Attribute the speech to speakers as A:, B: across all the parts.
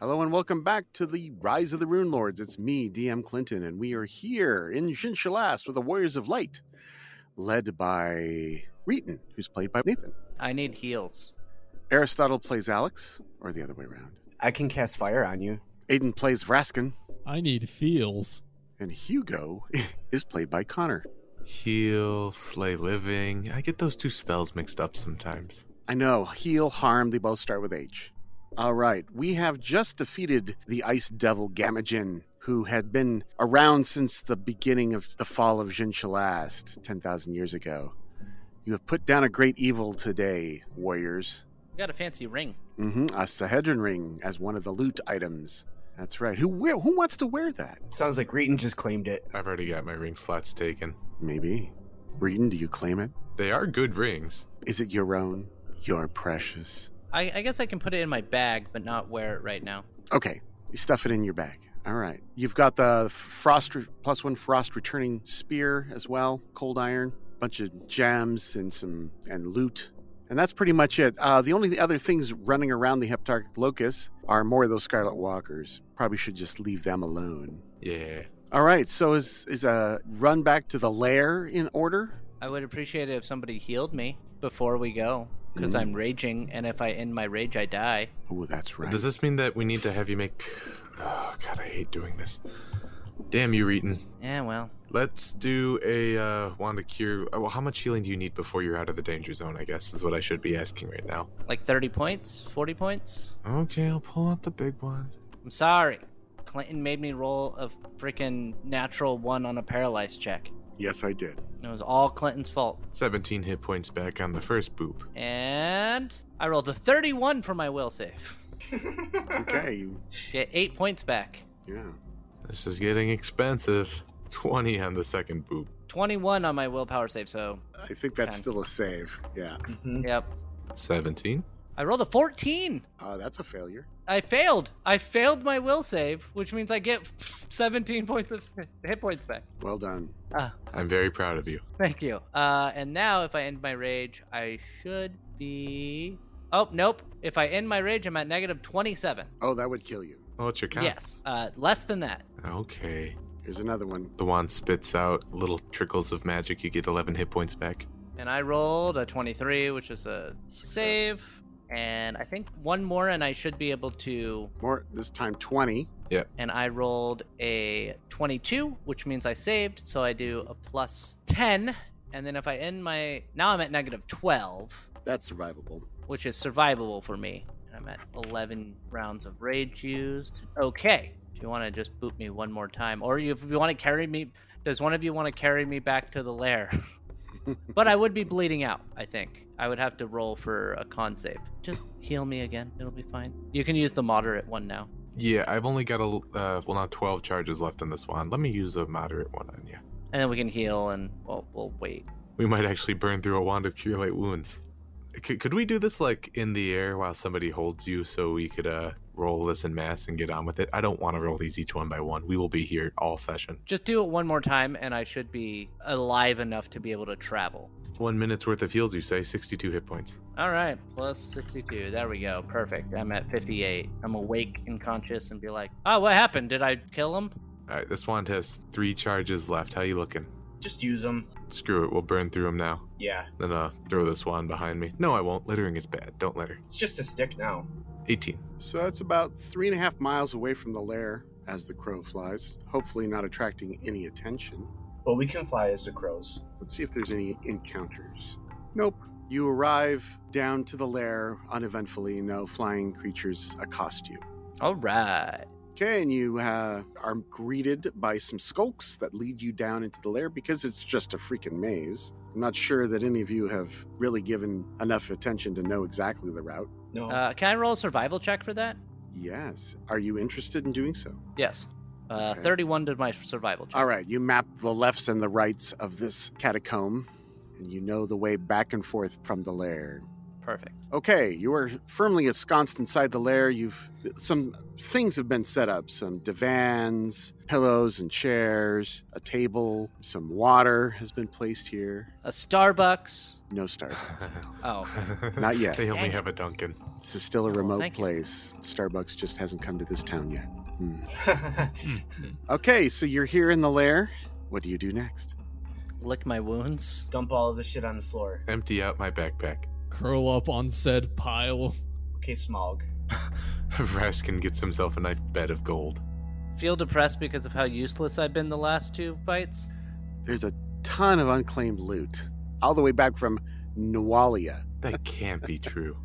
A: welcome back to the Rise of the Rune Lords. It's me, DM Clinton, and we are here in Shinshalas with the Warriors of Light, led by Reeton, who's played by Nathan.
B: I need heals.
A: Aristotle plays Alex, or the other way around.
C: I can cast fire on you.
A: Aiden plays Vraskin,
D: I need feels.
A: and Hugo is played by Connor.
E: Heal, slay living. I get those two spells mixed up sometimes.
A: I know. Heal, harm, they both start with H. All right. We have just defeated the ice devil Gamagin, who had been around since the beginning of the fall of Jinshalast 10,000 years ago. You have put down a great evil today, warriors.
B: We got a fancy ring.
A: Mm-hmm, a Sahedrin ring as one of the loot items. That's right. Who wear, who wants to wear that?
C: Sounds like Reeton just claimed it.
E: I've already got my ring slots taken.
A: Maybe. Reeton, do you claim it?
E: They are good rings.
A: Is it your own? Your precious.
B: I, I guess I can put it in my bag, but not wear it right now.
A: Okay, you stuff it in your bag. All right. You've got the frost re- plus one frost returning spear as well, cold iron, bunch of gems and some and loot, and that's pretty much it. Uh, the only other things running around the heptarchic locus are more of those scarlet walkers. Probably should just leave them alone.
E: Yeah.
A: All right. So is is a run back to the lair in order?
B: I would appreciate it if somebody healed me before we go, because I'm raging, and if I end my rage, I die.
A: Oh, that's right.
E: Does this mean that we need to have you make. Oh, God, I hate doing this. Damn you, Reeton.
B: Yeah, well,
E: Let's do a uh, wand of cure. oh, Well, how much healing do you need before you're out of the danger zone? I guess is what I should be asking right now.
B: like 30 points, 40 points.
E: Okay, I'll pull out the big one.
B: I'm sorry. Clinton made me roll a freaking natural one on a paralyzed check.
A: yes, I did.
B: It was all Clinton's fault.
E: 17 hit points back on the first boop.
B: And I rolled a 31 for my will save.
A: Okay. you-
B: Get eight points back.
A: Yeah.
E: This is getting expensive. 20 on the second boop.
B: 21 on my willpower save, so
A: I think that's
B: Okay.
A: still a save. Yeah.
B: yep.
E: 17.
B: I rolled a 14.
A: Uh, that's a failure.
B: I failed. I failed my will save, which means I get 17 points of hit points back.
A: Well done.
B: Ah,
E: I'm very proud of you.
B: thank you. Uh, and now if I end my rage, I should be. Oh, nope. If I end my rage, I'm at negative 27.
A: Oh, that would kill you.
E: Oh, it's your count.
B: Yes. Uh, less than that.
E: Okay.
A: Here's another one.
E: The wand spits out little trickles of magic. You get 11 hit points back.
B: And I rolled a 23, which is a save. And I think one more, and I should be able to.
A: More this time twenty.
B: And I rolled a 22, which means I saved. So I do a plus 10. And then if I end my. Now I'm at negative 12,
A: That's survivable.
B: which is survivable for me. And I'm at 11 rounds of rage used. Okay. If you want to just boot me one more time, or if you want to carry me. Does one of you want to carry me back to the lair? But I would be bleeding out, I think. I would have to roll for a con save. Just heal me again. It'll be fine. You can use the moderate one now.
E: Yeah, I've only got a, l- uh, well, not 12 charges left in this wand. Let me use a moderate one on you.
B: And then we can heal and we'll, we'll wait.
E: We might actually burn through a wand of cure light wounds. C- could we do this like in the air while somebody holds you so we could uh, roll this in mass and get on with it? I don't want to roll these each one by one. We will be here all session.
B: Just do it one more time and I should be alive enough to be able to travel.
E: One minute's worth of heals, you say, 62 hit points.
B: All right, plus 62. There we go. Perfect. I'm at 58. I'm awake and conscious and be like, oh, what happened? Did I kill him?
E: All right, this wand has three charges left. How you looking?
C: Just use them.
E: Screw it, we'll burn through them now.
C: Yeah.
E: Then uh, throw this wand behind me. No, I won't. Littering is bad. Don't litter.
C: It's just a stick now.
E: 18.
A: So that's about three and a half miles away from the lair as the crow flies, hopefully not attracting any attention.
C: But we can fly as the crows.
A: Let's see if there's any encounters. Nope. You arrive down to the lair uneventfully. No flying creatures accost you.
B: All right.
A: Okay, and you uh, are greeted by some skulks that lead you down into the lair because it's just a freaking maze. I'm not sure that any of you have really given enough attention to know exactly the route.
C: No.
B: Uh, can I roll a survival check for that?
A: Yes. Are you interested in doing so?
B: Yes. Uh,
A: Okay.
B: 31 to my survival check.
A: All right, you map the lefts and the rights of this catacomb, and you know the way back and forth from the lair.
B: Perfect.
A: Okay, you are firmly ensconced inside the lair. You've some things have been set up: some divans, pillows, and chairs, a table, some water has been placed here.
B: A Starbucks.
A: No Starbucks.
B: Oh,
A: Not yet.
E: They only
B: Dang.
E: have a Duncan.
A: This is still a remote
B: Oh, thank you.
A: place. Starbucks just hasn't come to this town yet. Hmm.
C: Uh,
A: Okay, so you're here in the lair. What do you do next?
B: lick my wounds.
C: Dump all of the shit on the floor.
E: Empty out my backpack.
D: Curl up on said pile.
C: Okay, Smog.
E: Raskin gets himself a nice bed of gold.
B: Feel depressed because of how useless I've been the last two fights.
A: There's a ton of unclaimed loot, all the way back from Nualia.
E: That can't be true.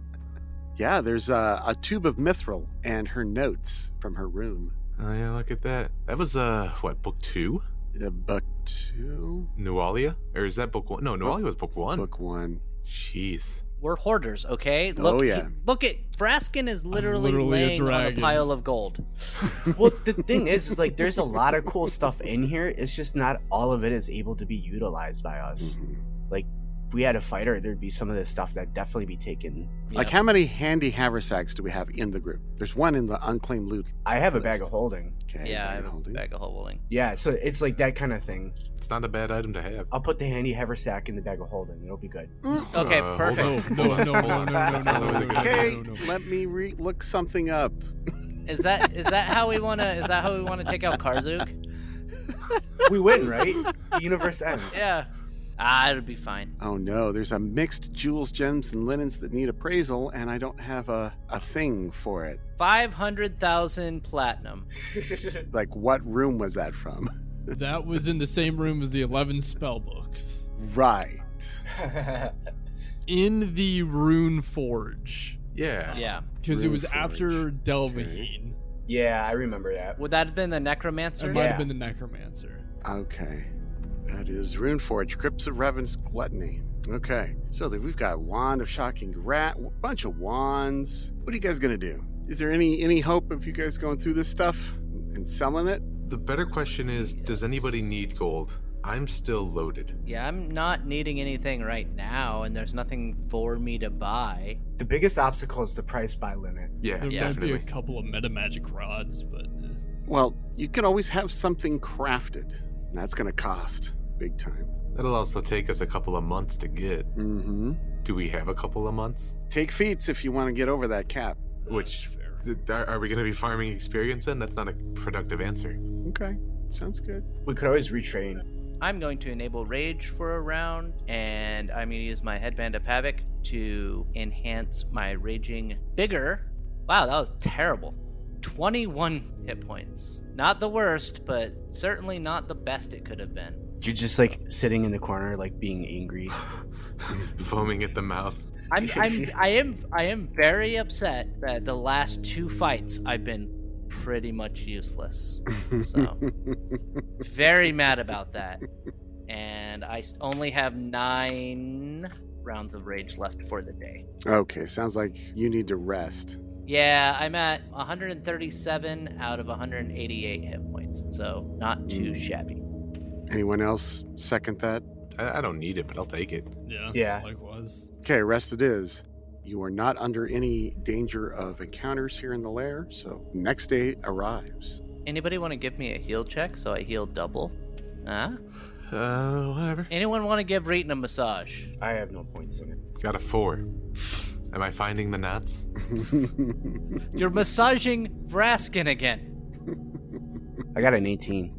A: Yeah, there's a, a tube of mithril and her notes from her room.
E: Oh yeah, look at that. That was uh what book two?
A: Uh, book two,
E: Nualia, or is that book one? No, Nualia was book one.
A: book one.
E: Jeez.
B: We're hoarders, okay?
A: Oh,
B: Look, he-
A: yeah.
B: look at Fraskin is literally,
D: literally a
B: laying on a
D: dragon.
B: pile of gold.
C: Well, the thing is, is like there's a lot of cool stuff in here. It's just not all of it is able to be utilized by us.
A: Mhm.
C: If we had a fighter, there'd be some of this stuff that'd definitely be taken.
A: Like, how many handy haversacks do we have in the group? There's one in the unclaimed loot.
C: I have a bag
A: List.
C: of holding.
A: Okay,
B: yeah, I
A: bag
B: have
A: of
B: a
A: holding.
B: bag of holding.
C: Yeah, so it's like that kind of thing.
E: It's not a bad item to have.
C: I'll put the handy haversack in the bag of holding. It'll be good.
A: Mm,
B: Okay,
E: Uh, hold
B: perfect.
D: No,
E: on,
D: no,
E: hold
D: no, no,
E: on, hold
D: no,
E: on.
D: no,
E: That's
D: no,
E: not the way to
D: no,
E: go.
D: no,
A: Okay,
D: no.
A: let me re- look something up.
B: Is that is that how we wanna is that how we wanna take out Karzuk?
C: We win, right? the universe ends.
B: Yeah. Ah, it'll be fine.
A: Oh no, there's a mixed jewels, gems, and linens that need appraisal, and I don't have a, a thing for it.
B: Five hundred thousand platinum.
A: Like, what room was that from?
D: That was in the same room as the 11 spell books.
A: right.
D: In the Rune Forge.
E: Yeah.
B: Yeah.
D: Because it
A: Rune
D: was
A: Forge.
D: after Delvaheen.
C: yeah, I remember that.
B: Would that have been the
D: It
B: necromancer?
D: might
C: Yeah.
D: have been the Necromancer.
A: Okay. That is Runeforge, Crypts of Raven's Gluttony. Okay. So that we've got Wand of Shocking Rat, bunch of wands. What are you guys gonna do? Is there any any hope of you guys going through this stuff and selling it?
E: The better question is, does anybody need gold? I'm still loaded.
B: Yeah, I'm not needing anything right now, and there's nothing for me to buy.
C: The biggest obstacle is the price buy limit.
E: Yeah,
D: There might be a
E: definitely.
D: couple of metamagic rods, but. eh.
A: Well, you can always have something crafted. That's gonna cost big time.
E: That'll also take us a couple of months to get.
A: Mm-hmm.
E: Do we have a couple of months?
A: Take feats if you want to get over that cap.
E: Which
D: That's fair.
E: th- are are we going to be farming experience then? That's not a productive answer.
A: Okay. Sounds good.
C: We could always retrain.
B: I'm going to enable Rage for a round, and I'm going to use my Headband of Havoc to enhance my Raging Vigor. Wow, that was terrible. 21 hit points. Not the worst, but certainly not the best it could have been.
C: You're just like sitting in the corner, like being angry.
E: Foaming at the mouth.
B: I'm, I'm, I am, I am very upset that the last two fights I've been pretty much useless. So. very mad about that. And I s- only have nine rounds of rage left for the day.
A: okay. Sounds like you need to rest.
B: Yeah, I'm at 137 out of 188 hit points, so not
C: Hmm.
B: too shabby.
A: Anyone else second that?
E: I, I don't need it, but I'll take it.
D: Yeah.
C: Yeah.
D: Likewise.
A: Okay, rest it is. You are not under any danger of encounters here in the lair, so next day arrives.
B: Anybody want to give me a heal check so I heal double? Huh?
E: Uh, whatever.
B: Anyone want to give Reeton a massage?
C: I have no points in it.
E: Got a four. Am I finding the knots?
A: Mm,
B: You're massaging Vraskin again.
C: I got an 18.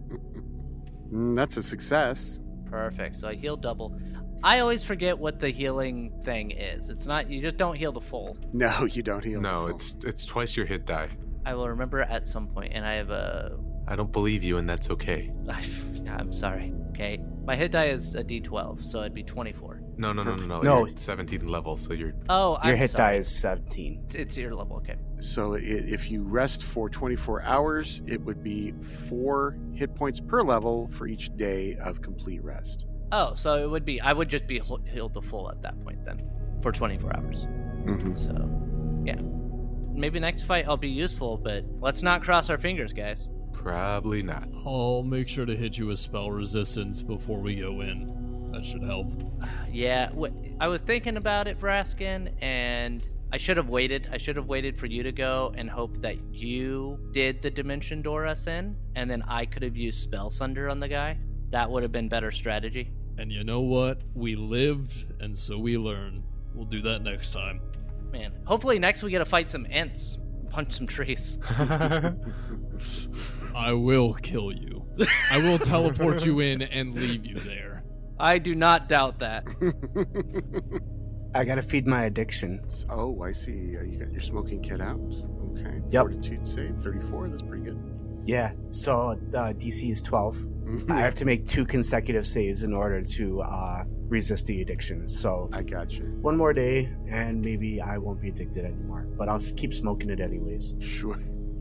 A: Mm, That's a success.
B: Perfect. So I heal double. I always forget what the healing thing is. It's not you just don't heal to full.
A: No, you don't heal.
E: No,
A: Tefal.
E: it's it's twice your hit die.
B: I will remember at some point, and I have a
E: I don't believe you, and that's okay.
B: I, am sorry. Okay, my hit die is a D12, so it'd be 24.
E: No, no, no, no, no.
C: No.
E: You're 17 level, so you're.
B: Oh,
C: Your
B: I'm
C: hit
B: sorry.
C: die is 17.
B: It's, it's your level. Okay.
A: So i if you rest for 24 hours, it would be four hit points per level for each day of complete rest.
B: Oh, so it would be. I would just be ho- healed to full at that point then, for 24 hours.
A: Mm-hmm.
B: So, yeah. Maybe next fight I'll be useful, but let's not cross our fingers, guys.
E: Probably not.
D: I'll make sure to hit you with spell resistance before we go in. That should help.
B: Yeah, wh- I was thinking about it, Braskin, and I should have waited. I should have waited for you to go and hope that you did the Dimension Door us in, and then I could have used Spell Sunder on the guy. That would have been better strategy.
D: And you know what? We lived, and so we learn. We'll do that next time.
B: Man, hopefully next we get to fight some ants, punch some trees.
D: I will kill you. I will teleport you in and leave you there.
B: I do not doubt that.
C: I gotta feed my addiction.
A: oh, I see. Uh, you got your smoking kit out. Okay.
C: Yep.
A: Fortitude save, 34. That's pretty good.
C: Yeah, so uh, DC is 12. I have to make two consecutive saves in order to uh, resist the addiction. So
A: I got you.
C: one more day, and maybe I won't be addicted anymore. But I'll s- keep smoking it anyways.
A: Sure.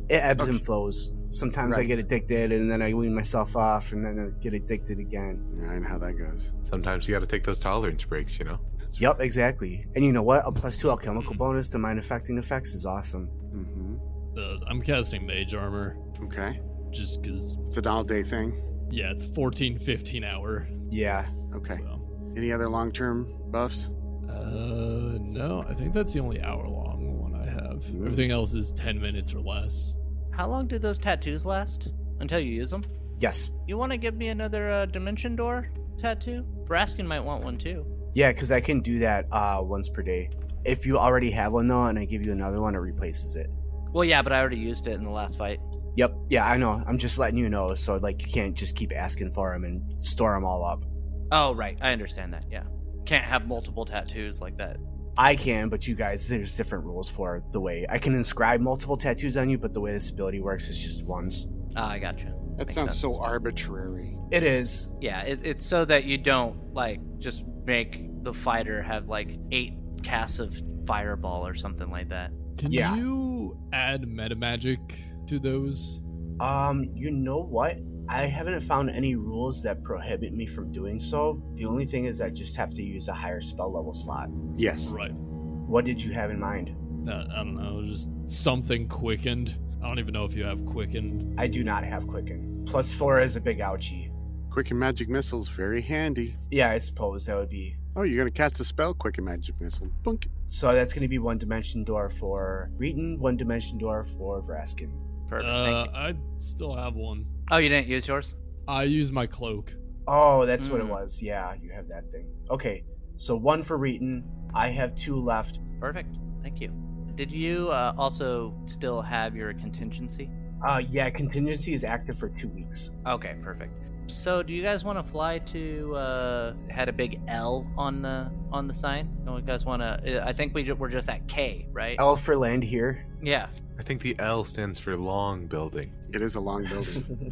C: It ebbs and
A: Okay.
C: flows. Sometimes I
A: Right.
C: get addicted, and then I wean myself off, and then I get addicted again.
A: Yeah, I know how that goes.
E: Sometimes you got to take those tolerance breaks, you know.
A: That's
C: Yep, exactly. And you know what? A plus two
A: Mm.
C: alchemical bonus to mind affecting effects is awesome.
A: hmm
D: Uh, I'm casting mage armor
A: Okay.
D: just because,
A: It's an all day thing.
D: yeah, it's 14, 15 hour.
C: Yeah.
A: Okay.
D: So.
A: Any other long term buffs?
D: Uh, no, I think that's the only hour long one I have.
A: Hmm.
D: Everything else is 10 minutes or less.
B: How long do those tattoos last? Until you use them?
C: Yes.
B: You want to give me another uh, Dimension Door tattoo? Braskin might want one too.
C: Yeah, because I can do that uh, once per day. If you already have one though, and I give you another one, it replaces it.
B: Well, yeah, but I already used it in the last fight.
C: Yep. Yeah, I know. I'm just letting you know, so like you can't just keep asking for them and store them all up.
B: Oh, right. I understand that. Yeah. Can't have multiple tattoos like that.
C: I can, but you guys, there's different rules for the way I can inscribe multiple tattoos on you, but the way this ability works is just ones.
B: Ah, I gotcha.
F: That
B: Makes
F: sounds
B: sense.
F: so arbitrary.
C: It is.
B: Yeah, it, it's so that you don't, like, just make the fighter have, like, eight casts of fireball or something like that.
D: Can
C: Yeah.
D: you add metamagic to those?
C: Um, you know what? I haven't found any rules that prohibit me from doing so. The only thing is I just have to use a higher spell level slot.
A: Yes.
D: Right.
C: What did you have in mind?
D: Uh, I don't know, just something quickened. I don't even know if you have quickened.
C: I do not have quicken. Plus four is a big ouchie.
A: Quick and magic missiles, very handy.
C: Yeah, I suppose that would be.
A: Oh, you're gonna cast a spell, quick and magic missile. Boink.
C: So that's going to be one dimension door for Reeton, one dimension door for Vraskin.
B: Perfect.
D: Uh,
B: Thank you.
D: I still have one.
B: Oh, you didn't use yours?
D: I use my cloak.
C: Oh, that's what it
B: Mm.
C: was. Yeah, you have that thing. Okay, so one for Reeton. I have two left.
B: Perfect. Thank you. Did you uh, also still have your contingency?
C: Uh, yeah, contingency is active for two weeks.
B: Okay, perfect. So, do you guys want to fly to? Uh, it had a big L on the on the sign. No, you guys want to? I think we ju- we're just at K, right?
C: L for land here.
B: Yeah.
E: I think the L stands for long building.
A: It is a long building.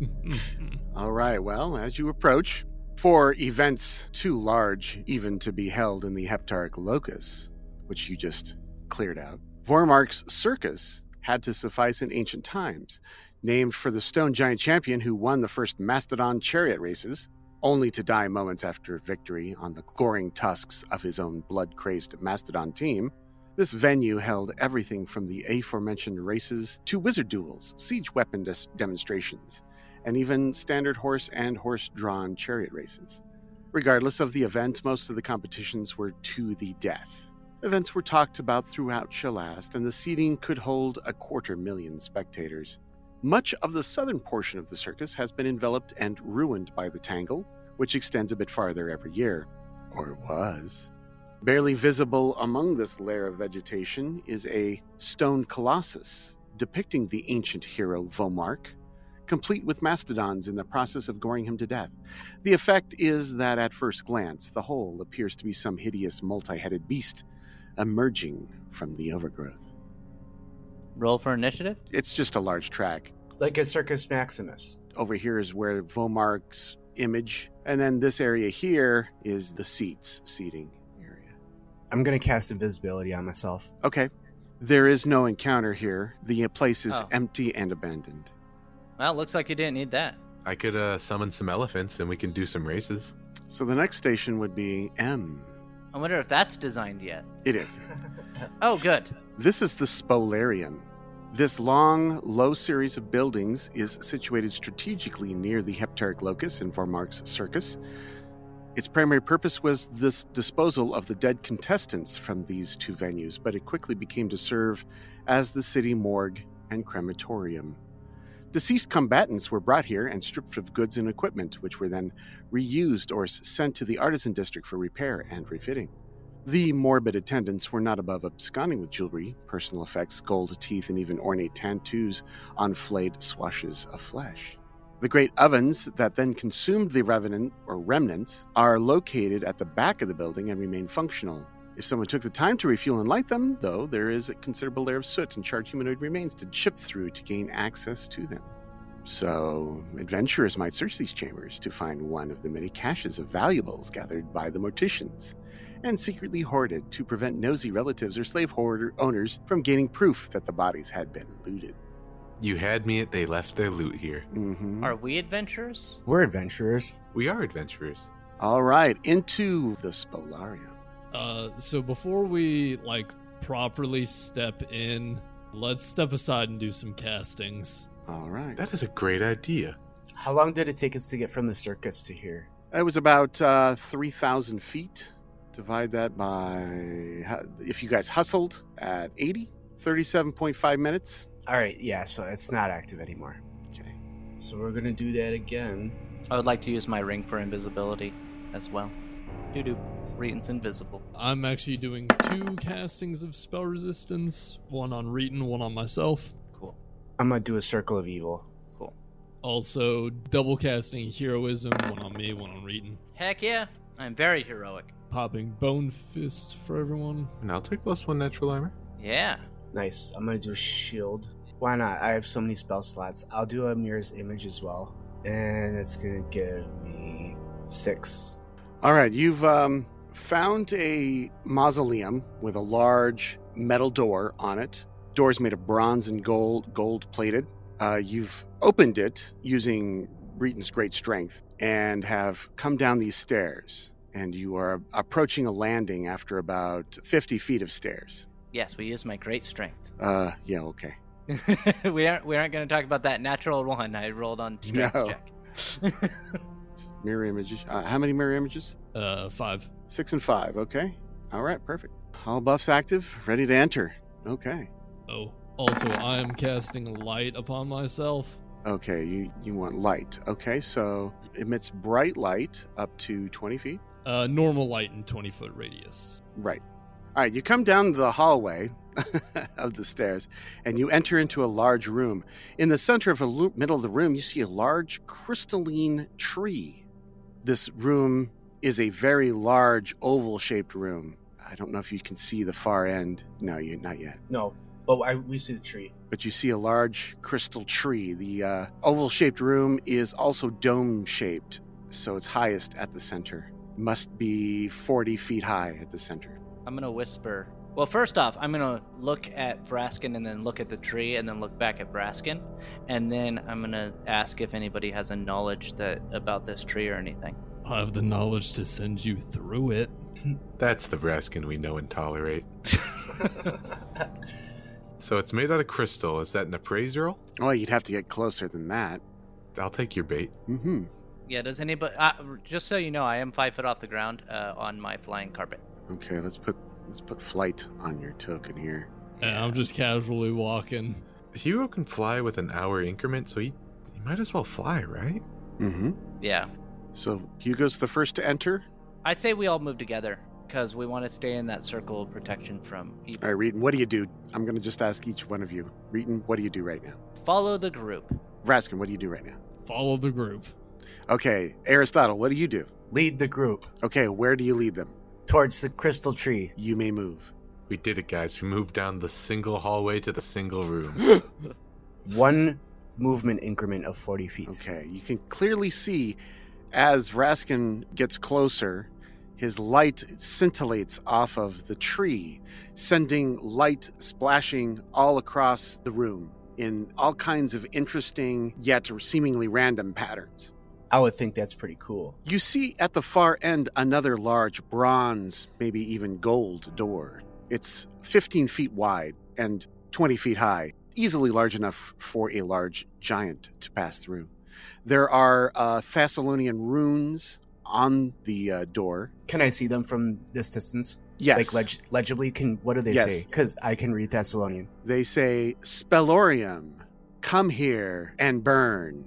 D: Mm,
A: All right. Well, as you approach, for events too large even to be held in the heptarch locus, which you just cleared out, Vormark's circus had to suffice in ancient times, named for the stone giant champion who won the first mastodon chariot races, only to die moments after victory on the goring tusks of his own blood crazed mastodon team. This venue held everything from the aforementioned races to wizard duels, siege weapon des- demonstrations, and even standard horse and horse drawn chariot races. Regardless of the event, most of the competitions were to the death. Events were talked about throughout Shalast, and the seating could hold a quarter million spectators. Much of the southern portion of the circus has been enveloped and ruined by the Tangle, which extends a bit farther every year. Or was. Barely visible among this layer of vegetation is a stone colossus depicting the ancient hero Vomark, complete with mastodons in the process of goring him to death. The effect is that at first glance, the whole appears to be some hideous multi headed beast emerging from the overgrowth.
B: Roll for initiative.
A: It's just a large track.
C: Like a Circus Maximus.
A: Over here is where Vomark's image, and then this area here is the seats seating area.
C: I'm going to cast invisibility on myself.
A: Okay. There is no encounter here. The place is
B: Oh.
A: empty and abandoned.
B: Well, looks like you didn't need that.
E: I could uh, summon some elephants and we can do some races.
A: So the next station would be M.
B: I wonder if that's designed yet.
A: It is.
B: Oh, good.
A: This is the Spolarium. This long, low series of buildings is situated strategically near the Heptaric Locus in Vormark's Circus. Its primary purpose was this disposal of the dead contestants from these two venues, but it quickly became to serve as the city morgue and crematorium. Deceased combatants were brought here and stripped of goods and equipment, which were then reused or s- sent to the artisan district for repair and refitting. The morbid attendants were not above absconding with jewelry, personal effects, gold teeth, and even ornate tattoos on flayed swashes of flesh. The great ovens that then consumed the revenant or remnants are located at the back of the building and remain functional. If someone took the time to refuel and light them, though, there is a considerable layer of soot and charred humanoid remains to chip through to gain access to them. So, adventurers might search these chambers to find one of the many caches of valuables gathered by the morticians and secretly hoarded to prevent nosy relatives or slave hoarder owners from gaining proof that the bodies had been looted.
E: You had me at they left their loot here.
A: Mhm.
B: Are we adventurers?
C: We're adventurers.
E: We are adventurers.
A: All right, into the Spolarium.
D: Uh, so before we like properly step in, let's step aside and do some castings.
A: All right.
E: That is a great idea.
C: How long did it take us to get from the circus to here?
A: It was about uh, 3,000 feet. Divide that by, hu- if you guys hustled at 80, 37.5 minutes.
C: All right, yeah, so it's not active anymore.
A: Okay.
C: So we're gonna do that again.
B: I would like to use my ring for invisibility as well. Doo doo. Reeton's invisible.
D: I'm actually doing two castings of spell resistance, one on Reeton, one on myself.
B: Cool.
C: I'm gonna do a circle of evil.
D: Also, double casting heroism, one on me, one on Reeton.
B: Heck yeah. I'm very heroic.
D: Popping bone fist for everyone.
E: And I'll take plus one natural armor.
B: Yeah.
C: Nice. I'm gonna do a shield. Why not? I have so many spell slots. I'll do a mirror's image as well, and it's gonna give me six.
A: All right, you've um, found a mausoleum with a large metal door on it. Door's made of bronze and gold, gold plated. Uh, you've opened it using Reeton's great strength and have come down these stairs. And you are approaching a landing after about 50 feet of stairs.
B: Yes, we use my great strength.
A: Uh, yeah, okay.
B: we aren't we aren't going to talk about that natural one I rolled on strength
A: No.
B: check.
A: Mirror images. Uh, how many mirror images?
D: Uh, five.
A: Six and five. Okay. All right. Perfect. All buffs active. Ready to enter. Okay.
D: Oh, also, I am casting light upon myself.
A: Okay. You you want light. Okay. So emits bright light up to twenty feet.
D: Uh, normal light in 20 foot radius.
A: Right. All right. You come down the hallway of the stairs, and you enter into a large room. In the center of the lo- middle of the room, you see a large crystalline tree. This room is a very large oval-shaped room. I don't know if you can see the far end. No, you not yet.
C: No, but I, we see the tree.
A: but you see a large crystal tree. The uh, oval shaped room is also dome shaped, so it's highest at the center. Must be 40 feet high at the center.
B: I'm gonna whisper. Well, first off, I'm gonna look at Braskin and then look at the tree and then look back at Braskin, and then I'm gonna ask if anybody has a knowledge that about this tree or anything.
D: I have the knowledge to send you through it.
E: That's the Raskin we know and tolerate. So it's made out of crystal. Is that an appraisal?
A: Oh, you'd have to get closer than that.
E: I'll take your bait.
A: hmm.
B: Yeah, does anybody? Uh, just so you know, I am five foot off the ground uh, on my flying carpet.
A: Okay, let's put let's put flight on your token here.
D: And Uh, I'm just casually walking.
E: Hero can fly with an hour increment, so he, he might as well fly, right?
A: hmm.
B: Yeah,
A: So Hugo's the first to enter.
B: I'd say we all move together because we want to stay in that circle of protection from evil.
A: All right, Reeton, what do you do? I'm going to just ask each one of you. Reeton, what do you do right now?
B: Follow the group.
A: Raskin, what do you do right now?
D: Follow the group.
A: Okay, Aristotle, what do you do?
C: Lead the group
A: Okay, where do you lead them?
C: towards the crystal tree.
A: You may move.
E: We did it, guys. We moved down the single hallway to the single room.
C: One movement increment of 40 feet.
A: Okay, you can clearly see as Raskin gets closer, his light scintillates off of the tree, sending light splashing all across the room in all kinds of interesting yet seemingly random patterns.
C: I would think that's pretty cool.
A: You see at the far end another large bronze, maybe even gold door. It's 15 feet wide and 20 feet high, easily large enough for a large giant to pass through. There are uh, Thessalonian runes on the uh, door.
C: Can I see them from this distance?
A: Yes.
C: Like leg- legibly? Can what do they
A: Yes.
C: say? Because I can read Thessalonian.
A: they say, Spellorium, come here and burn.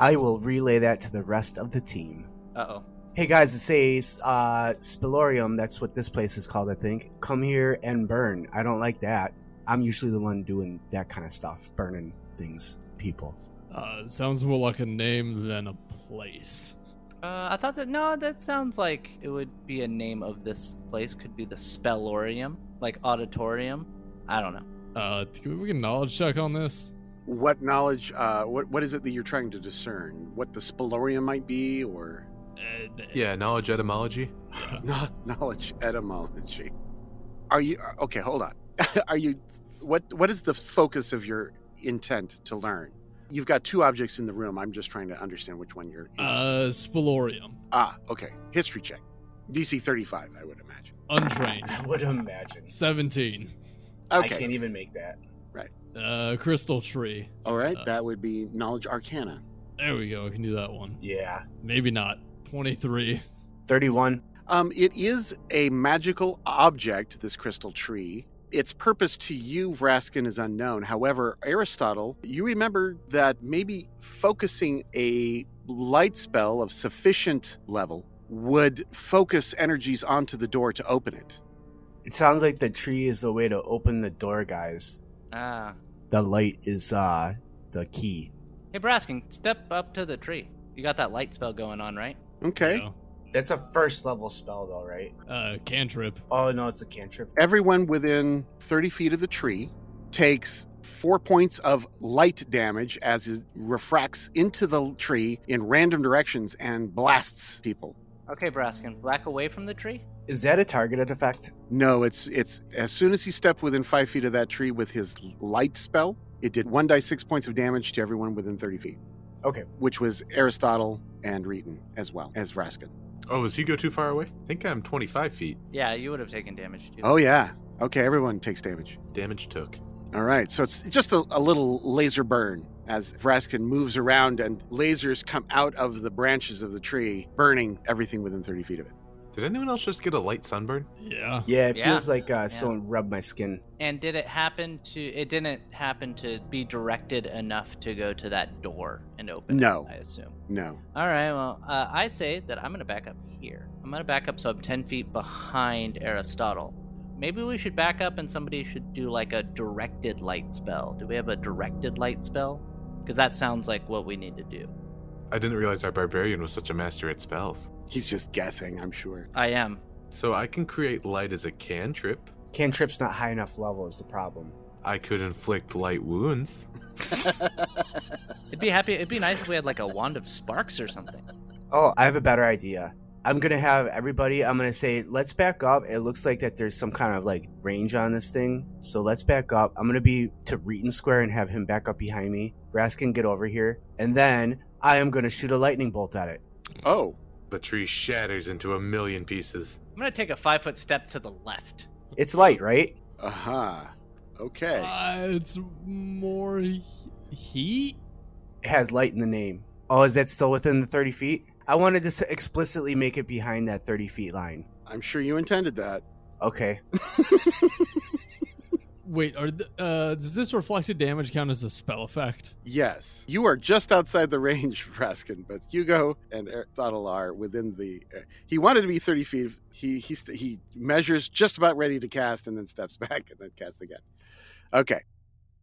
C: I will relay that to the rest of the team.
B: Uh oh.
C: Hey guys, it says uh, Spilorium. That's what this place is called, I think. Come here and burn. I don't like that. I'm usually the one doing that kind of stuff, burning things, people.
D: Uh, it sounds more like a name than a place.
B: Uh, I thought that no, that sounds like it would be a name of this place. Could be the Spellorium, like auditorium. I don't know.
D: Uh, can we get a knowledge check on this?
A: What knowledge, uh, what, what is it that you're trying to discern? What the Spellorium might be, or
D: Uh,
E: Yeah, knowledge etymology.
A: no, knowledge etymology? Are you, uh, okay, hold on. Are you, what, what is the focus of your intent to learn? You've got two objects in the room. I'm just trying to understand which one you're. interested-
D: Uh, Spilorium.
A: ah, okay. History check. DC 35, I would imagine.
D: Untrained.
C: I would imagine.
D: 17.
C: I
A: Okay.
C: can't even make that.
D: Uh, Crystal Tree.
A: All right.
D: Uh,
A: that would be knowledge arcana.
D: There we go. I can do that one.
C: Yeah.
D: Maybe not. 23.
C: 31.
A: Um, it is a magical object, this crystal tree. Its purpose to you, Vraskin, is unknown. However, Aristotle, you remember that maybe focusing a light spell of sufficient level would focus energies onto the door to open it.
C: It sounds like the tree is the way to open the door, guys.
B: Ah,
C: The light is uh the key.
B: hey Braskin, step up to the tree. You got that light spell going on, right?
A: Okay.
D: You
C: That's a first level spell though, right?
D: know, uh, cantrip.
C: Oh no, it's a cantrip.
A: Everyone within 30 feet of the tree takes four points of light damage as it refracts into the tree in random directions and blasts people.
B: Okay, Braskin, back away from the tree.
C: Is that a targeted effect?
A: No, it's it's as soon as he stepped within five feet of that tree with his light spell, it did one die six points of damage to everyone within thirty feet.
C: Okay.
A: Which was Aristotle and Reeton as well as Raskin.
E: Oh, does he go too far away? I think I'm 25 feet.
B: Yeah, you would have taken damage too.
A: Oh yeah. Okay, everyone takes damage.
E: Damage took.
A: All right, so it's just a, a little laser burn as Vraskin moves around and lasers come out of the branches of the tree, burning everything within 30 feet of it.
E: Did anyone else just get a light sunburn?
D: Yeah.
C: Yeah, it
B: Yeah.
C: feels like uh, someone rubbed my skin.
B: And did it happen to? It didn't happen to be directed enough to go to that door and open. it,
A: No.
B: I assume.
A: No.
B: All right. Well, uh, I say that I'm gonna back up here. I'm gonna back up so I'm ten feet behind Aristotle. Maybe we should back up and somebody should do like a directed light spell. Do we have a directed light spell? Because that sounds like what we need to do.
E: I didn't realize our barbarian was such a master at spells.
A: He's just guessing, I'm sure.
B: I am.
E: So I can create light as a cantrip.
C: Cantrip's not high enough level is the problem.
E: I could inflict light wounds.
B: It'd be happy. It'd be nice if we had like a wand of sparks or something.
C: Oh, I have a better idea. I'm gonna have everybody. I'm gonna say, let's back up. It looks like that there's some kind of like range on this thing, so let's back up. I'm gonna be to Reeton Square and have him back up behind me. Raskin, get over here, and then I am gonna shoot a lightning bolt at it.
A: Oh.
E: The tree shatters into a million pieces.
B: I'm gonna take a five foot step to the left.
C: It's light, right?
A: Aha. Uh-huh. Okay.
D: Uh, it's more he- heat?
C: It has light in the name. Oh, is that still within the 30 feet? I wanted to s- explicitly make it behind that 30 feet line.
A: I'm sure you intended that.
C: Okay.
D: Wait, are th- uh, does this reflected damage count as a spell effect?
A: Yes. You are just outside the range, Raskin, but Hugo and Aristotle are within the. He wanted to be 30 feet. He, he, st- he measures just about ready to cast and then steps back and then casts again. Okay.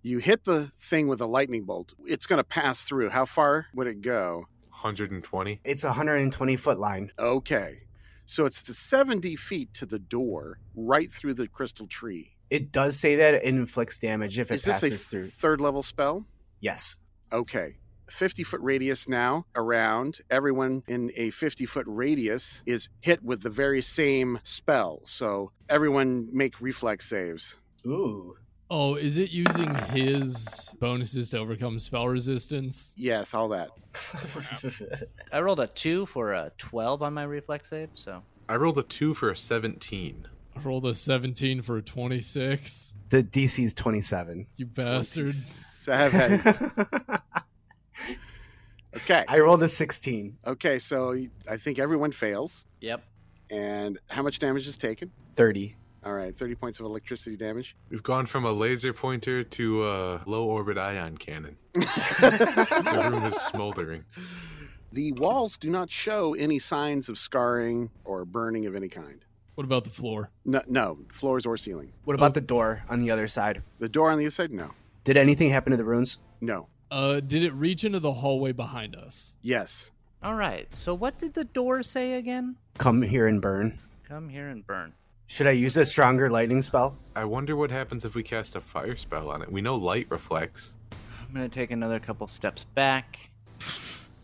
A: You hit the thing with a lightning bolt. It's going to pass through. How far would it go?
E: 120.
C: It's a 120 foot line.
A: Okay. So it's to 70 feet to the door, right through the crystal tree.
C: It does say that it inflicts damage if it
A: Is this
C: passes
A: a
C: through.
A: third level spell?
C: Yes.
A: Okay. 50 foot radius now around. Everyone in a 50 foot radius is hit with the very same spell. So everyone make reflex saves.
C: Ooh.
D: Oh, is it using his bonuses to overcome spell resistance?
A: Yes, all that.
B: I rolled a two for a twelve on my reflex save, so
E: I rolled a 2 for a 17.
D: I rolled a 17 for a 26.
C: the DC is 27.
D: You bastard.
A: Seven. Okay.
C: I rolled a 16,
A: Okay, so you- I think everyone fails.
B: Yep.
A: And how much damage is taken?
C: 30.
A: All right, 30 points of electricity damage.
E: We've gone from a laser pointer to a low orbit ion cannon. The room is smoldering.
A: the walls do not show any signs of scarring or burning of any kind.
D: What about the floor?
A: No, no floors or ceiling.
C: What about the door on the other side?
A: The door on the other side? No.
C: Did anything happen to the runes?
A: No.
D: Uh, did it reach into the hallway behind us?
A: Yes.
B: All right. So what did the door say again?
C: Come here and burn.
B: Come here and burn.
C: Should I use a stronger lightning spell?
E: I wonder what happens if we cast a fire spell on it. We know light reflects.
B: I'm gonna take another couple steps back.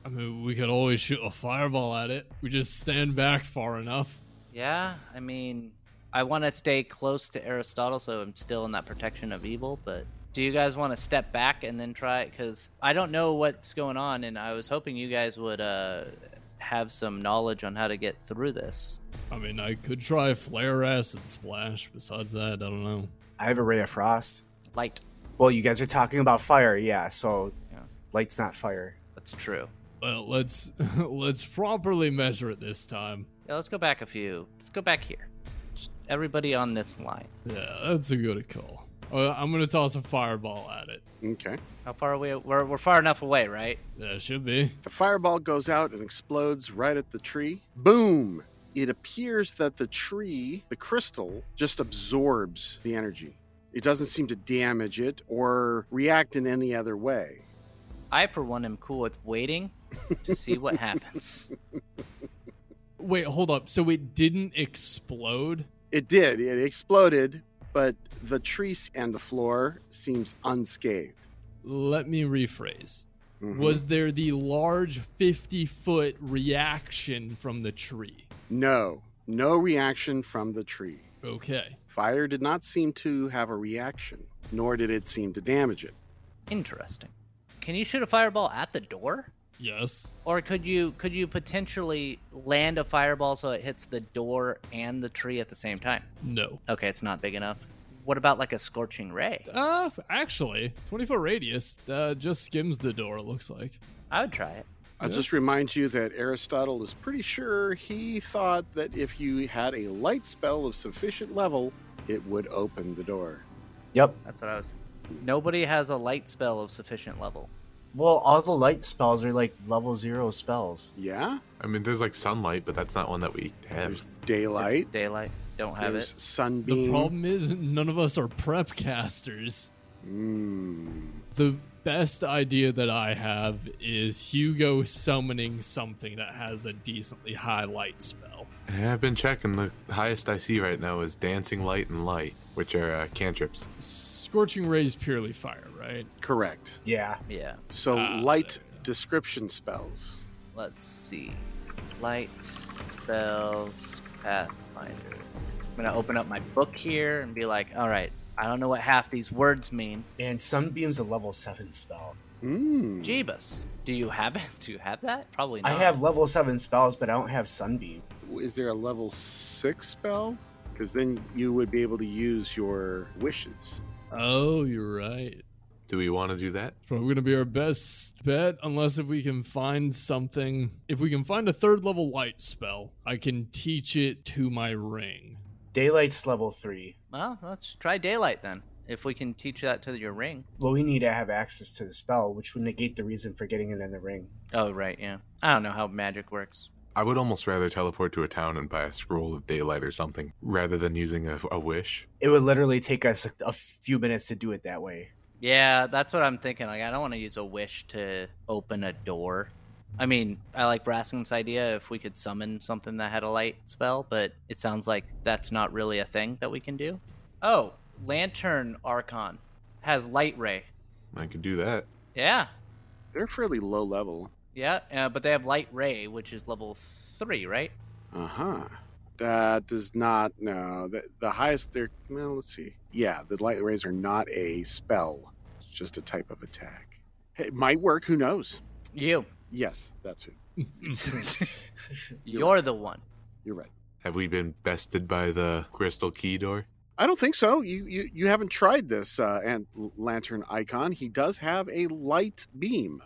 D: I mean, we could always shoot a fireball at it. We just stand back far enough.
B: Yeah. I mean, I want to stay close to Aristotle, so I'm still in that protection of evil. But do you guys want to step back and then try it? Because I don't know what's going on, and I was hoping you guys would uh, have some knowledge on how to get through this.
D: I mean, I could try flare acid splash. Besides that, I don't know.
C: I have a ray of frost.
B: Light.
C: Well, you guys are talking about fire, yeah, so
B: Yeah.
C: light's not fire.
B: That's true.
D: Well, let's let's properly measure it this time.
B: Yeah, let's go back a few. Let's go back here. Just everybody on this line.
D: Yeah, that's a good call. Uh, I'm gonna toss a fireball at it.
A: Okay.
B: How far are we? We're, we're far enough away, right?
D: Yeah, it should be.
A: The fireball goes out and explodes right at the tree. Boom! It appears that the tree, the crystal, just absorbs the energy. It doesn't seem to damage it or react in any other way.
B: I, for one, am cool with waiting to see what happens.
D: Wait, hold up. So it didn't explode?
A: It did, it exploded, but the tree and the floor seems unscathed.
D: Let me rephrase.
A: Mhm.
D: Was there the large 50 foot reaction from the tree?
A: No, no reaction from the tree.
D: Okay.
A: Fire did not seem to have a reaction, nor did it seem to damage it.
B: Interesting. Can you shoot a fireball at the door?
D: Yes.
B: Or could you could you potentially land a fireball so it hits the door and the tree at the same time?
D: No.
B: Okay, it's not big enough. What about like a scorching ray?
D: Uh, actually, 20 foot radius uh, just skims the door, it looks like.
B: I would try it.
A: I'll
D: Yeah.
A: just remind you that Aristotle is pretty sure he thought that if you had a light spell of sufficient level, it would open the door.
C: Yep.
B: That's what I was. Nobody has a light spell of sufficient level.
C: Well, all the light spells are like level zero spells.
A: Yeah?
E: I mean, there's like sunlight, but that's not one that we have.
A: There's daylight,
B: Daylight. Don't have
A: there's
B: it.
A: sunbeam.
D: The problem is, none of us are prep casters.
A: Mm.
D: The best idea that I have is Hugo summoning something that has a decently high light spell.
E: Yeah, I've been checking. The highest I see right now is dancing light and light, which are uh, cantrips.
D: Scorching Ray is purely fire, right?
A: Correct.
C: Yeah.
B: Yeah.
A: So
D: Ah,
A: light
D: there we go.
A: description spells.
B: Let's see. Light spells pathfinder. I'm gonna open up my book here and be like, all right, I don't know what half these words mean.
C: And Sunbeam's a level seven spell.
A: Mm.
B: Jeebus, do you have it? Do you have that? Probably
C: I
B: not.
C: have level seven spells, but I don't have Sunbeam.
A: Is there a level six spell? Because then you would be able to use your wishes.
D: Oh, you're right.
E: Do we want to do that?
D: It's probably going to be our best bet, unless if we can find something. If we can find a third level light spell, I can teach it to my ring.
C: Daylight's level three.
B: Well, let's try daylight then. If we can teach that to your ring.
C: Well, we need to have access to the spell, which would negate the reason for getting it in the ring.
B: Oh right, yeah. I don't know how magic works.
E: I would almost rather teleport to a town and buy a scroll of daylight or something rather than using a, a wish.
C: It would literally take us a, a few minutes to do it that way.
B: Yeah, that's what I'm thinking. Like, I don't want to use a wish to open a door. I mean, I like Raskin's idea if we could summon something that had a light spell, but it sounds like that's not really a thing that we can do. Oh, Lantern Archon has light ray.
E: I could do that.
B: Yeah,
A: They're fairly low level.
B: yeah, uh, but they have light ray, which is level three, right?
A: Uh huh. That does not. No. The, the highest they're. Well, let's see. Yeah, the light rays are not a spell, it's just a type of attack. Hey, It might work. Who knows?
B: You,
A: Yes, that's it.
B: you're the one.
A: You're right.
E: Have we been bested by the crystal key door?
A: I don't think so. You you, you haven't tried this uh, and lantern icon. He does have a light beam.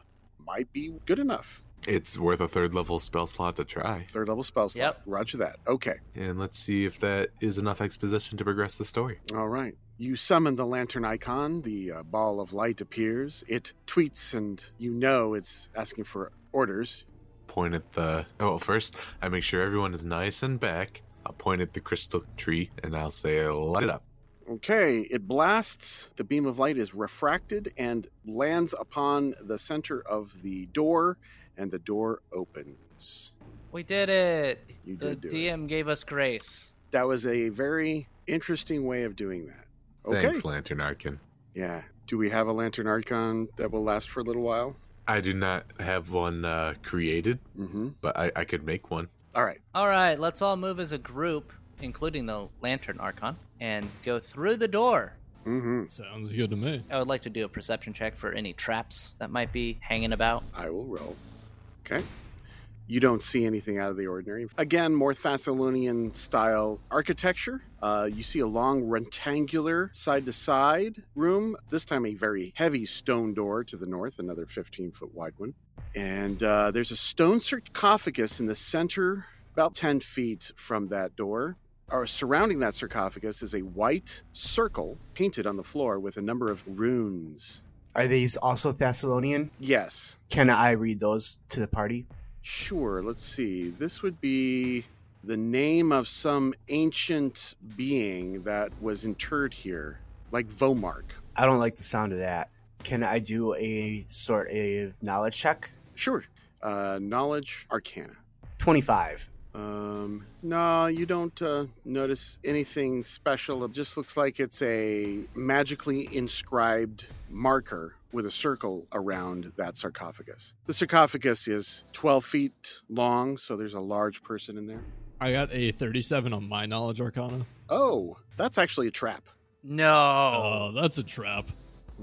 A: might be good enough.
E: It's worth a third level spell slot to try.
A: Third level spell slot.
B: Yep.
A: Roger that. Okay.
E: And let's see if that is enough exposition to progress the story.
A: All right. You summon the lantern icon. The uh, ball of light appears. It tweets, and you know it's asking for orders.
E: Point at the. Oh, well, first, I make sure everyone is nice and back. I'll point at the crystal tree and I'll say, light it up.
A: Okay. It blasts. The beam of light is refracted and lands upon the center of the door, and the door opens.
B: We did it.
A: You
B: The
A: did do it.
B: DM gave us grace.
A: That was a very interesting way of doing that. Okay.
E: Thanks, Lantern Arkin.
A: Yeah. Do we have a lantern archon that will last for a little while?
E: I do not have one uh, created,
A: Mm-hmm.
E: but I, I could make one.
A: All right.
B: All right, let's all move as a group, including the Lantern Archon, and go through the door.
A: Mm-hmm.
D: Sounds good to me.
B: I would like to do a perception check for any traps that might be hanging about.
A: I will roll. Okay. You don't see anything out of the ordinary. Again, more Thessalonian style architecture. Uh, you see a long rectangular side to side room, this time a very heavy stone door to the north, another 15 foot wide one. And uh, there's a stone sarcophagus in the center, about 10 feet from that door. Or surrounding that sarcophagus is a white circle painted on the floor with a number of runes.
C: Are these also Thessalonian?
A: Yes,
C: Can I read those to the party?
A: Sure, let's see. This would be the name of some ancient being that was interred here, like Vomark.
C: I don't like the sound of that. Can I do a sort of knowledge check?
A: Sure. Uh, knowledge Arcana.
C: 25.
A: Um, no, you don't uh, notice anything special. It just looks like it's a magically inscribed marker with a circle around that sarcophagus. The sarcophagus is 12 feet long, so there's a large person in there.
D: I got a 37 on my knowledge arcana.
A: Oh, that's actually a trap.
B: No.
D: Oh, that's a trap.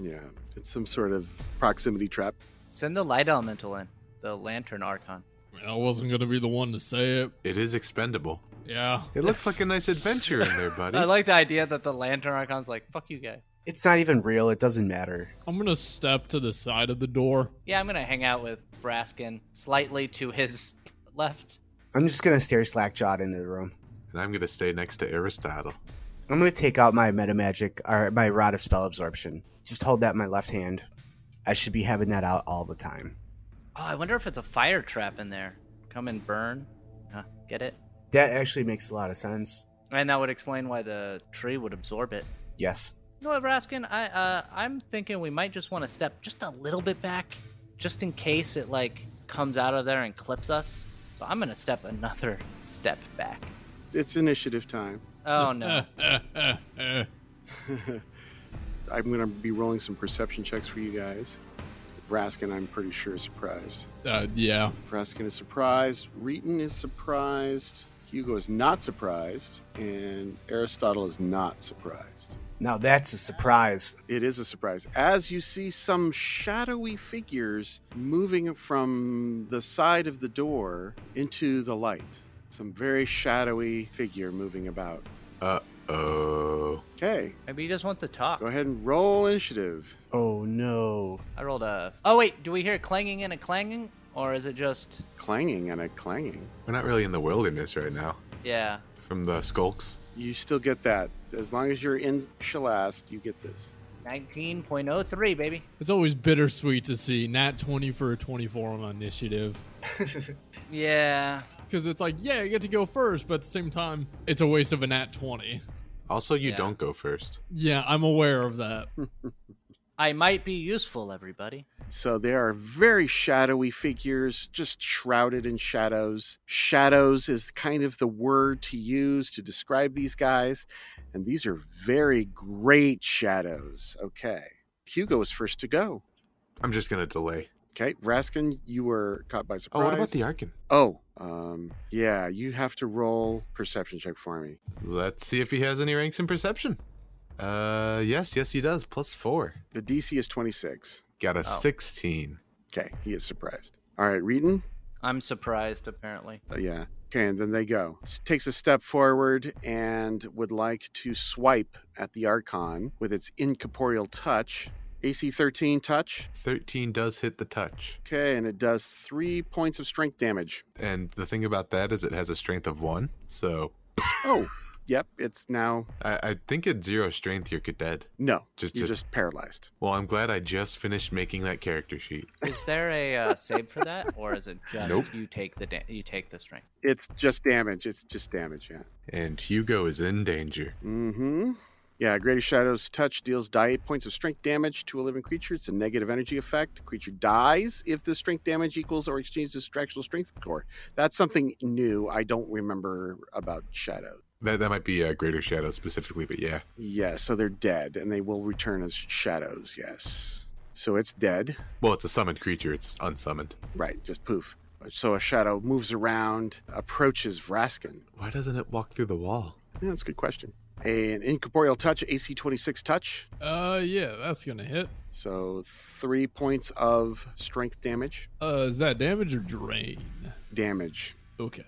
A: Yeah, it's some sort of proximity trap.
B: Send the Light Elemental in, the Lantern Archon.
D: I, mean, I wasn't gonna be the one to say it.
E: It is expendable.
D: Yeah.
E: It looks like a nice adventure in there, buddy.
B: I like the idea that the Lantern Archon's like, fuck you guys.
C: It's not even real. It doesn't matter.
D: I'm gonna step to the side of the door.
B: Yeah, I'm going to hang out with Braskin slightly to his left.
C: I'm just going to stare slackjawed into the room.
E: and I'm going to stay next to Aristotle.
C: I'm going to take out my meta magic or my rod of spell absorption. Just hold that in my left hand. I should be having that out all the time.
B: Oh, I wonder if it's a fire trap in there. Come and burn. Huh, get it?
C: That actually makes a lot of sense.
B: And that would explain why the tree would absorb it.
C: Yes.
B: You know what, Raskin? I uh, I'm thinking we might just want to step just a little bit back, just in case it like comes out of there and clips us. So I'm gonna step another step back.
A: It's initiative time.
B: Oh no!
D: Eh,
A: I'm going to be rolling some perception checks for you guys. Raskin, I'm pretty sure, is surprised.
D: Uh, yeah.
A: Raskin is surprised. Reeton is surprised. Hugo is not surprised. And Aristotle is not surprised.
C: Now that's a surprise.
A: It is a surprise. As you see some shadowy figures moving from the side of the door into the light, some very shadowy figure moving about.
E: Oh,
A: Okay,
B: Maybe he just wants to talk.
A: go ahead and roll initiative.
C: Oh no.
B: I rolled a. Oh wait, do we hear clanging and a clanging, or is it just?
A: clanging and a clanging.
E: we're not really in the wilderness right now.
B: Yeah.
E: From the skulks.
A: You still get that. As long as you're in Shalast, you get this.
B: 19.03, baby.
D: It's always bittersweet to see Nat 20 for a 24 on initiative.
B: Yeah.
D: Because it's like, yeah, you get to go first, but at the same time, it's a waste of a Nat 20.
E: Also, you
B: Yeah.
E: don't go first.
D: Yeah, I'm aware of that.
B: I might be useful, everybody.
A: So they are very shadowy figures, just shrouded in shadows. Shadows is kind of the word to use to describe these guys. And these are very great shadows. Okay. Hugo is first to go.
E: I'm just going to delay.
A: Okay. Raskin, you were caught by
E: Oh,
A: surprise.
E: what about the Arkin?
A: Oh, um, yeah, you have to roll perception check for me.
E: Let's see if he has any ranks in perception. Uh, yes, yes, he does. Plus four.
A: The DC is 26.
E: Got a
B: Oh.
E: 16.
A: Okay. He is surprised. All right, Reeton.
B: I'm surprised, apparently.
A: Uh, yeah. Okay, and then they go. S- Takes a step forward and would like to swipe at the Archon with its incorporeal touch. AC 13 touch.
E: 13 does hit the touch.
A: Okay, and it does three points of strength damage.
E: And the thing about that is it has a strength of one. So
A: Oh, yep. It's now
E: I, I think at zero strength, you're cadet.
A: no.
E: Just,
A: You're
E: just,
A: just paralyzed.
E: well, I'm glad I just finished making that character sheet.
B: Is there a uh, save for that, or is it just
E: Nope.
B: you take the da- you take the strength?
A: It's just damage. It's just damage. Yeah.
E: And Hugo is in danger.
A: Mm-hmm. Yeah, Greater Shadow's touch deals die eight points of strength damage to a living creature. It's a negative energy effect. Creature dies if the strength damage equals or exceeds its actual strength score. That's something new. I don't remember about Shadow.
E: That, that might be a greater shadow specifically, but yeah.
A: Yeah, so they're dead, and they will return as shadows. Yes. So it's dead.
E: Well, it's a summoned creature, it's unsummoned.
A: Right. Just poof. So a shadow moves around, approaches Vraskin.
E: Why doesn't it walk through the wall?
A: Yeah, that's a good question. An incorporeal touch, AC 26 touch.
D: Uh, yeah, that's gonna hit.
A: So three points of strength damage.
D: Uh, is that damage or drain?
A: Damage.
D: Okay.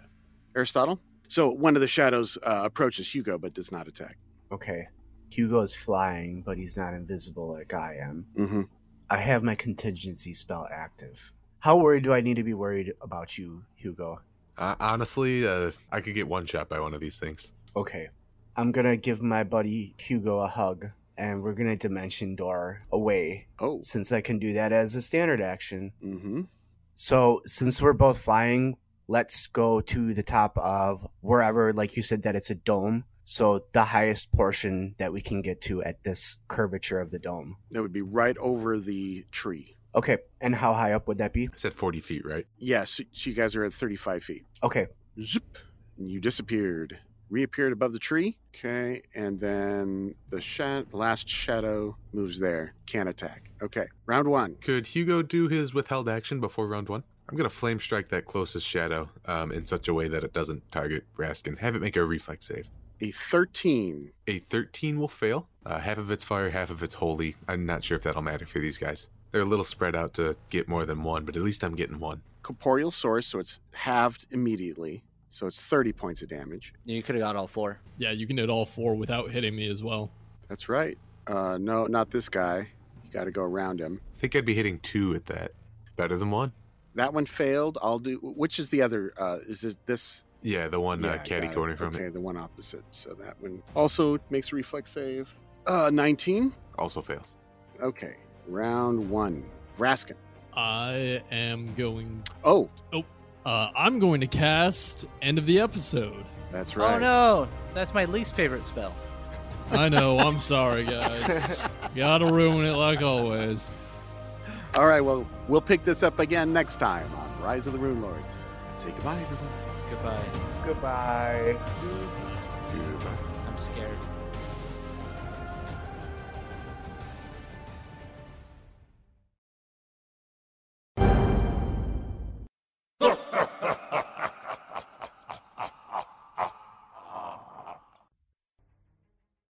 A: Aristotle? So one of the shadows uh, approaches Hugo but does not attack.
C: Okay. Hugo is flying, but he's not invisible like I am.
A: Mm-hmm.
C: I have my contingency spell active. How worried do I need to be worried about you, Hugo?
E: Uh, honestly, uh, I could get one shot by one of these things.
C: Okay. I'm gonna give my buddy Hugo a hug, and we're gonna dimension door away,
A: Oh.
C: since I can do that as a standard action.
A: Mm-hmm.
C: So since we're both flying, let's go to the top of wherever, like you said, that it's a dome. So the highest portion that we can get to at this curvature of the dome.
A: That would be right over the tree.
C: Okay, and how high up would that be?
E: I said 40 feet, right?
A: Yes, so, so you guys are at 35 feet.
C: Okay,
A: Zip. And you disappeared. Reappeared above the tree. Okay. And then the sha- last shadow moves there. Can attack. Okay. Round one.
E: Could Hugo do his withheld action before round one? I'm going to flame strike that closest shadow um, in such a way that it doesn't target Raskin. Have it make a reflex save.
A: A 13.
E: A 13 will fail. Uh, half of it's fire, half of it's holy. I'm not sure if that'll matter for these guys. They're a little spread out to get more than one, but at least I'm getting one.
A: Corporeal source, so it's halved immediately. So it's 30 points of damage.
B: You could have got all four.
D: Yeah, you can hit all four without hitting me as well.
A: That's right. Uh, no, not this guy. You got to go around him.
E: I think I'd be hitting two at that. Better than one.
A: That one failed. I'll do. Which is the other? Uh, is this? this
E: Yeah, the one
A: yeah,
E: uh,
A: I
E: caddy
A: got it.
E: corner from
A: Okay,
E: it.
A: the one opposite. So that one also makes a reflex save. Uh, nineteen.
E: Also fails.
A: Okay, round one. Raskin.
D: I am going.
A: Oh,
D: Uh, I'm going to cast end of the episode.
A: that's right.
B: Oh no, that's my least favorite spell.
D: I know. I'm sorry, guys. Gotta ruin it like always.
A: All right. Well, we'll pick this up again next time on Rise of the Rune Lords. Say goodbye, everyone.
B: Goodbye.
C: goodbye.
E: Goodbye.
B: I'm scared.